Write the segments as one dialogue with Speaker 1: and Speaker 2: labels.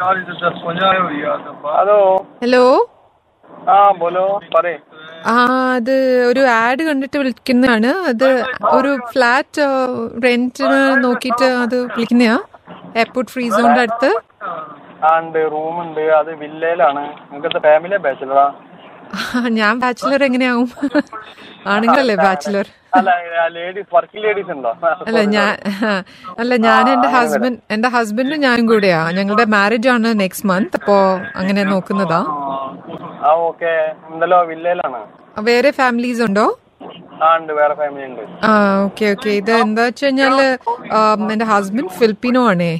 Speaker 1: चालीस दस पंजा हुई यार हेलो
Speaker 2: ഹലോ
Speaker 1: हाँ बोलो परे
Speaker 2: ആ അത് ഒരു ആഡ് കണ്ടിട്ട് വിളിക്കുന്നതാണ് അത് ഒരു ഫ്ലാറ്റ് റെന്റിന് നോക്കിയിട്ട് അത് വിളിക്കുന്നതാ എയർപോർട്ട് ഫ്രീ സോണിന്റെ അടുത്ത്
Speaker 1: ആ ഉണ്ട് റൂമുണ്ട് അത് വില്ലയിലാണ് നിങ്ങൾക്കത്തെ ഫാമിലി ബാച്ചിലറാ
Speaker 2: ആ, ഞാൻ ബാച്ചിലർ എങ്ങനെയാവും ആണുങ്ങളല്ലേ ബാച്ചിലർ
Speaker 1: അല്ല ലേഡീസ് വർക്കിംഗ് ലേഡീസ് ഉണ്ടോ
Speaker 2: അല്ല
Speaker 1: സോറി
Speaker 2: ഞാൻ
Speaker 1: സോറി
Speaker 2: അല്ല
Speaker 1: ആ
Speaker 2: ഞാൻ എന്റെ
Speaker 1: അങ്ങനെ വരാം
Speaker 2: ഹസ്ബൻഡ് എന്റെ ഹസ്ബൻഡും ഞാനും കൂടെയാ ഞങ്ങളുടെ മാരേജ് ആണ് നെക്സ്റ്റ് മന്ത് അപ്പോ അങ്ങനെ നോക്കുന്നതാ
Speaker 1: ആ ഓക്കെ എന്തല്ലോ വില്ലയിലാണ്
Speaker 2: വേറെ ഫാമിലീസ് ഉണ്ടോ
Speaker 1: ആ ഉണ്ട് വേറെ ഫാമിലി ഉണ്ട്
Speaker 2: ആ ഓക്കെ ഓക്കെ ഇത് എന്താ വെച്ച് കഴിഞ്ഞാല് എന്റെ ഹസ്ബൻഡ് ഫിലിപ്പിനോ ആണേ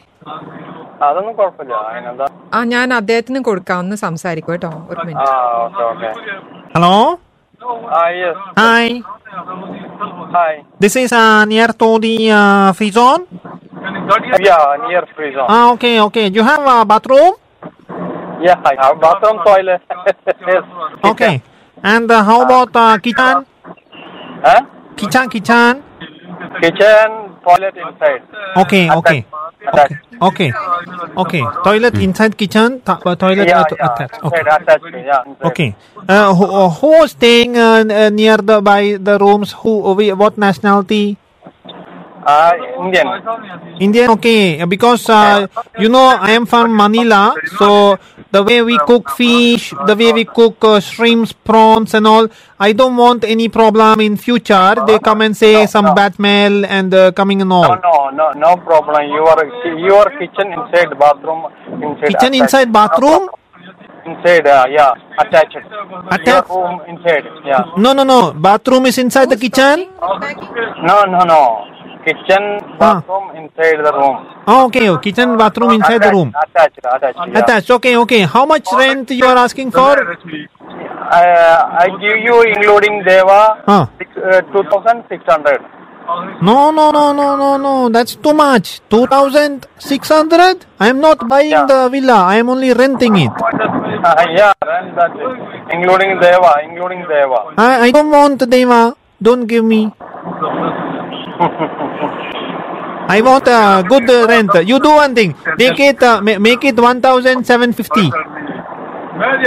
Speaker 1: അതൊന്നും കുഴപ്പമില്ല അതിനെന്താ
Speaker 2: ആ ഞാൻ അദ്ദേഹത്തിന് കൊടുക്കാം ഒന്ന് സംസാരിക്കും കേട്ടോ ഒരു
Speaker 1: ആ
Speaker 2: minute
Speaker 1: okay okay
Speaker 3: hello
Speaker 1: ah yes
Speaker 3: hi
Speaker 1: hi
Speaker 3: this is near to the free zone
Speaker 1: yeah near free zone
Speaker 3: ah okay okay you have bathroom
Speaker 1: yeah bathroom toilet
Speaker 3: okay
Speaker 1: kitchen
Speaker 3: and how about kitchen
Speaker 1: ah
Speaker 3: kitchen kitchen
Speaker 1: kitchen toilet inside
Speaker 3: okay okay
Speaker 1: attach
Speaker 3: okay
Speaker 1: attach
Speaker 3: okay okay toilet inside kitchen toilet
Speaker 1: Yeah, yeah,
Speaker 3: attach okay
Speaker 1: inside, attached, yeah, inside.
Speaker 3: Okay. Uh, who, uh, who was staying uh, n- uh, near the by the rooms? Who? uh, we- What nationality?
Speaker 1: Uh, Indian.
Speaker 3: Indian. Okay. Because uh, you know I am from Manila, so the way we cook fish, the way we cook uh, shrimps, prawns, and all, I don't want any problem in future. They come and say
Speaker 1: No,
Speaker 3: some
Speaker 1: no,
Speaker 3: bad smell and uh, coming and
Speaker 1: no,
Speaker 3: all.
Speaker 1: no, no, no problem. Your your kitchen inside bathroom inside
Speaker 3: Kitchen
Speaker 1: attached.
Speaker 3: inside
Speaker 1: No
Speaker 3: bathroom.
Speaker 1: problem. Inside, uh, yeah, attached. Your
Speaker 3: Attached.
Speaker 1: room inside, yeah.
Speaker 3: No, no, no. Bathroom is inside the
Speaker 2: Who's
Speaker 3: kitchen.
Speaker 2: talking? Who's talking?
Speaker 1: No, no, no. Kitchen
Speaker 3: Ah.
Speaker 1: bathroom inside the room.
Speaker 3: Oh, okay. oh, Kitchen, bathroom inside the
Speaker 1: Attached,
Speaker 3: room.
Speaker 1: attached, attached, yeah.
Speaker 3: Attached. Okay. Okay. How much rent you are asking for?
Speaker 1: I, I give you including Deva
Speaker 3: Huh.
Speaker 1: six, uh, 2600.
Speaker 3: No, no, no, no, no, no. That's too much. 2600? I am not buying
Speaker 1: Yeah.
Speaker 3: the villa. I am only renting it.
Speaker 1: Uh, yeah, and that is including Deva, including Deva.
Speaker 3: I, I don't want Deva. Don't give me. I want a good uh, rent. You do one thing. Take it, uh, ma- make it 1750.
Speaker 1: And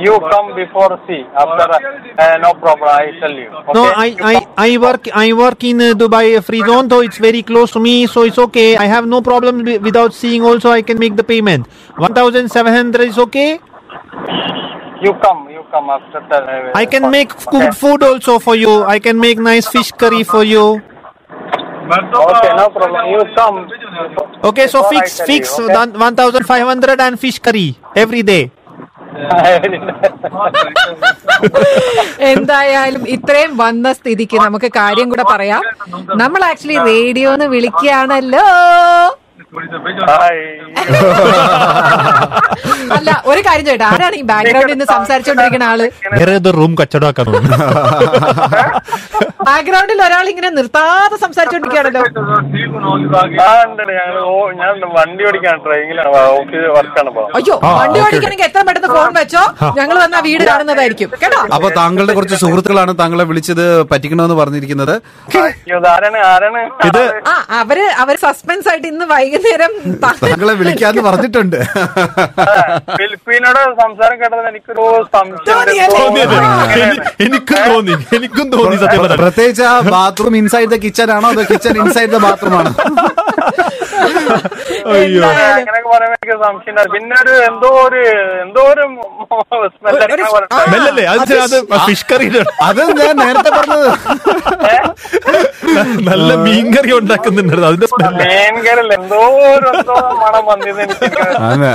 Speaker 1: you come before C after uh, no problem. I tell you,
Speaker 3: No,
Speaker 1: okay?
Speaker 3: I,
Speaker 1: You come.
Speaker 3: I, I work I work in uh, Dubai free zone, though it's very close to me, so it's okay. I have no problem wi- without seeing. Also, I can make the payment. 1700 is okay.
Speaker 1: You come. You come after the
Speaker 3: I
Speaker 1: uh,
Speaker 3: can
Speaker 1: first.
Speaker 3: make
Speaker 1: Okay.
Speaker 3: cooked food also for you. I can make nice fish curry for you.
Speaker 1: Okay, no problem. You come before,
Speaker 3: Okay, so
Speaker 1: before I
Speaker 3: fix
Speaker 1: tell you.
Speaker 3: fix
Speaker 1: Okay.
Speaker 3: one- 1500 and fish curry every day.
Speaker 2: എന്തായാലും ഇത്രയും വന്ന സ്ഥിതിക്ക് നമുക്ക് കാര്യം കൂടെ പറയാം നമ്മൾ actually റേഡിയോന്ന് വിളിക്കുകയാണല്ലോ
Speaker 1: Hi.
Speaker 2: അല്ല ഒരു കാര്യം ചേട്ടാ ആരാണ് ഈ ബാക്ക്ഗ്രൗണ്ടിൽ നിന്ന് സംസാരിച്ചുകൊണ്ടിരിക്കുന്ന ആള്
Speaker 4: വേറെ ഏതോ റൂം കച്ചവടമാക്കാൻ തോന്നുന്നു
Speaker 2: ബാക്ക്ഗ്രൗണ്ടിൽ ഒരാൾ ഇങ്ങനെ നിർത്താതെ സംസാരിച്ചുകൊണ്ടിരിക്കുകയാണല്ലോ
Speaker 1: ആ ഉണ്ട് ഞങ്ങൾ ഓ ഞാൻ വണ്ടി ഓടിക്കാൻ ഡ്രൈവിംഗിലാണ് ഓഫീസ് വർക്കാണ് ഇപ്പൊ
Speaker 2: അയ്യോ
Speaker 4: ആ
Speaker 2: വണ്ടി
Speaker 4: ഓക്കെ
Speaker 2: ഓടിക്കണമെങ്കിൽ എത്ര പെട്ടെന്ന് ഫോൺ വെച്ചോ
Speaker 4: ആ.
Speaker 2: ഞങ്ങൾ വന്ന വീട് കാണുന്നതായിരിക്കും കേട്ടോ
Speaker 4: അപ്പൊ താങ്കളുടെ കുറച്ച് സുഹൃത്തുക്കളാണ് താങ്കളെ വിളിച്ചത് പറ്റിക്കണമെന്ന് പറഞ്ഞിരിക്കുന്നത്
Speaker 1: അയ്യോ, ഇത് ആരാണ് ആരാണ്
Speaker 4: ഇത്
Speaker 2: ആ അവര് അവര് സസ്പെൻസ് ആയിട്ട് ഇന്ന് വൈകുന്നേരം
Speaker 4: താങ്കളെ വിളിക്കാന്ന് പറഞ്ഞിട്ടുണ്ട്
Speaker 1: ആ, ഫിലിപ്പീനോട് സംസാരം കേട്ടത് എനിക്കൊരു സംശയം ഉണ്ട്.
Speaker 2: തോന്നിയല്ലേ?
Speaker 4: തോന്നിയത്
Speaker 1: തോന്നുന്നു
Speaker 2: ആ.
Speaker 1: അങ്ങനെയാണ്
Speaker 3: എനിക്കും തോന്നി എനിക്കും തോന്നി
Speaker 4: പ്ര- പ്ര- പ്രത്യേകിച്ച് ആ ബാത്റൂം ഇൻസൈഡ് ദ കിച്ചൺ ആണോ അതോ കിച്ചൺ ഇൻസൈഡ് ദ ബാത്റൂം ആണോ
Speaker 2: എന്തായാലും
Speaker 1: അങ്ങനെയൊക്കെ പറയുമ്പോ എനിക്ക് സംശയം ഉണ്ടായിരുന്നു. പിന്നെ ഒരു എന്തോ ഒരു എന്തോ ഒരു സ്മെൽ
Speaker 2: ഒരു- ഒരു
Speaker 1: അടിക്കണ
Speaker 2: സ്- ആ,
Speaker 1: പറഞ്ഞിട്ട്
Speaker 3: മെല്ലല്ലേ അത്
Speaker 2: അത്
Speaker 3: ചെ- അത്
Speaker 2: സ്-
Speaker 3: ഫിഷ് കറിയുടെ
Speaker 4: അത് ഞാൻ നേരത്തെ പറഞ്ഞത്
Speaker 3: നല്ല മീൻ കറി ഉണ്ടാക്കുന്നുണ്ടായിരുന്നു അതിന്റെ സ്മെല്ല്
Speaker 1: മീൻ കരല്ല എന്തോ ഒരു എന്തോ മണം വന്നത് എനിക്ക്
Speaker 4: അതെ.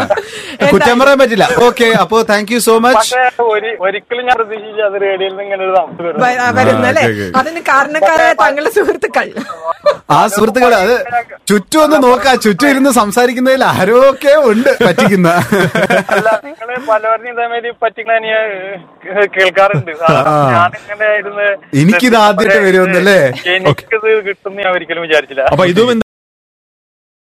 Speaker 4: കുറ്റം പറയാൻ പറ്റില്ല ഓക്കെ അപ്പോ താങ്ക് യു സോ മച്ച്
Speaker 1: പക്ഷേ ഒരു ഒരിക്കലും ഞാൻ പ്രതീക്ഷിച്ചു അത് റേഡിയോയിൽ നിന്ന് ഇങ്ങനെ ഒരു സംശയം വരുന്നത്.
Speaker 2: വ- വരുന്നല്ലേ
Speaker 4: ആ, ഓക്കേ, ഓക്കേ.
Speaker 2: അതിന് കാരണക്കാരായ താങ്കളുടെ സുഹൃത്തുക്കൾ
Speaker 4: ആ സുഹൃത്തുക്കൾ അത് ചുറ്റും ഒന്ന് നോക്കാ ചുറ്റും ഇരുന്ന് സംസാരിക്കുന്നതിൽ ആരോക്കെ ഉണ്ട് പറ്റിക്കുന്ന
Speaker 1: അല്ല നിങ്ങള് പലവരും ഇതേമാതിരി പറ്റിക്കണ ഞാൻ ഏഹ്, കേൾക്കാറുണ്ട് സാധാരണ
Speaker 4: ആ.
Speaker 1: ഞാനിങ്ങനെ ഇരുന്ന്
Speaker 4: എനിക്കിത് ആദ്യമായിട്ട് വരുമെന്നല്ലേ
Speaker 1: എനിക്കിത് കിട്ടും ഞാൻ ഒരിക്കലും വിചാരിച്ചില്ല
Speaker 3: അപ്പൊ ഇതും